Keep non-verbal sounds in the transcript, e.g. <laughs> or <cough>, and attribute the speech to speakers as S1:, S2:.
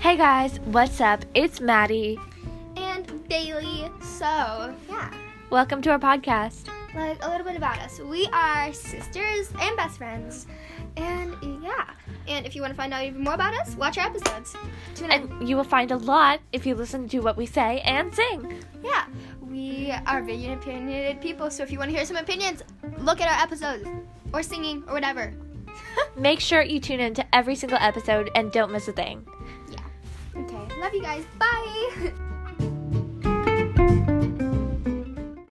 S1: Hey guys, what's up? It's Maddie.
S2: and Bailey. So, yeah,
S1: Welcome to our podcast.
S2: like a little bit about us. We are sisters and best friends. And yeah. And if you want to find out even more about us, watch our episodes. Tune in.
S1: And you will find a lot if you listen to what we say and sing.
S2: yeah. We are very opinionated people, so if you want to hear some opinions, look at our episodes or singing or whatever. <laughs>
S1: Make sure you tune in to every single episode and don't miss a thing.
S2: okay. Love you guys. Bye. <laughs>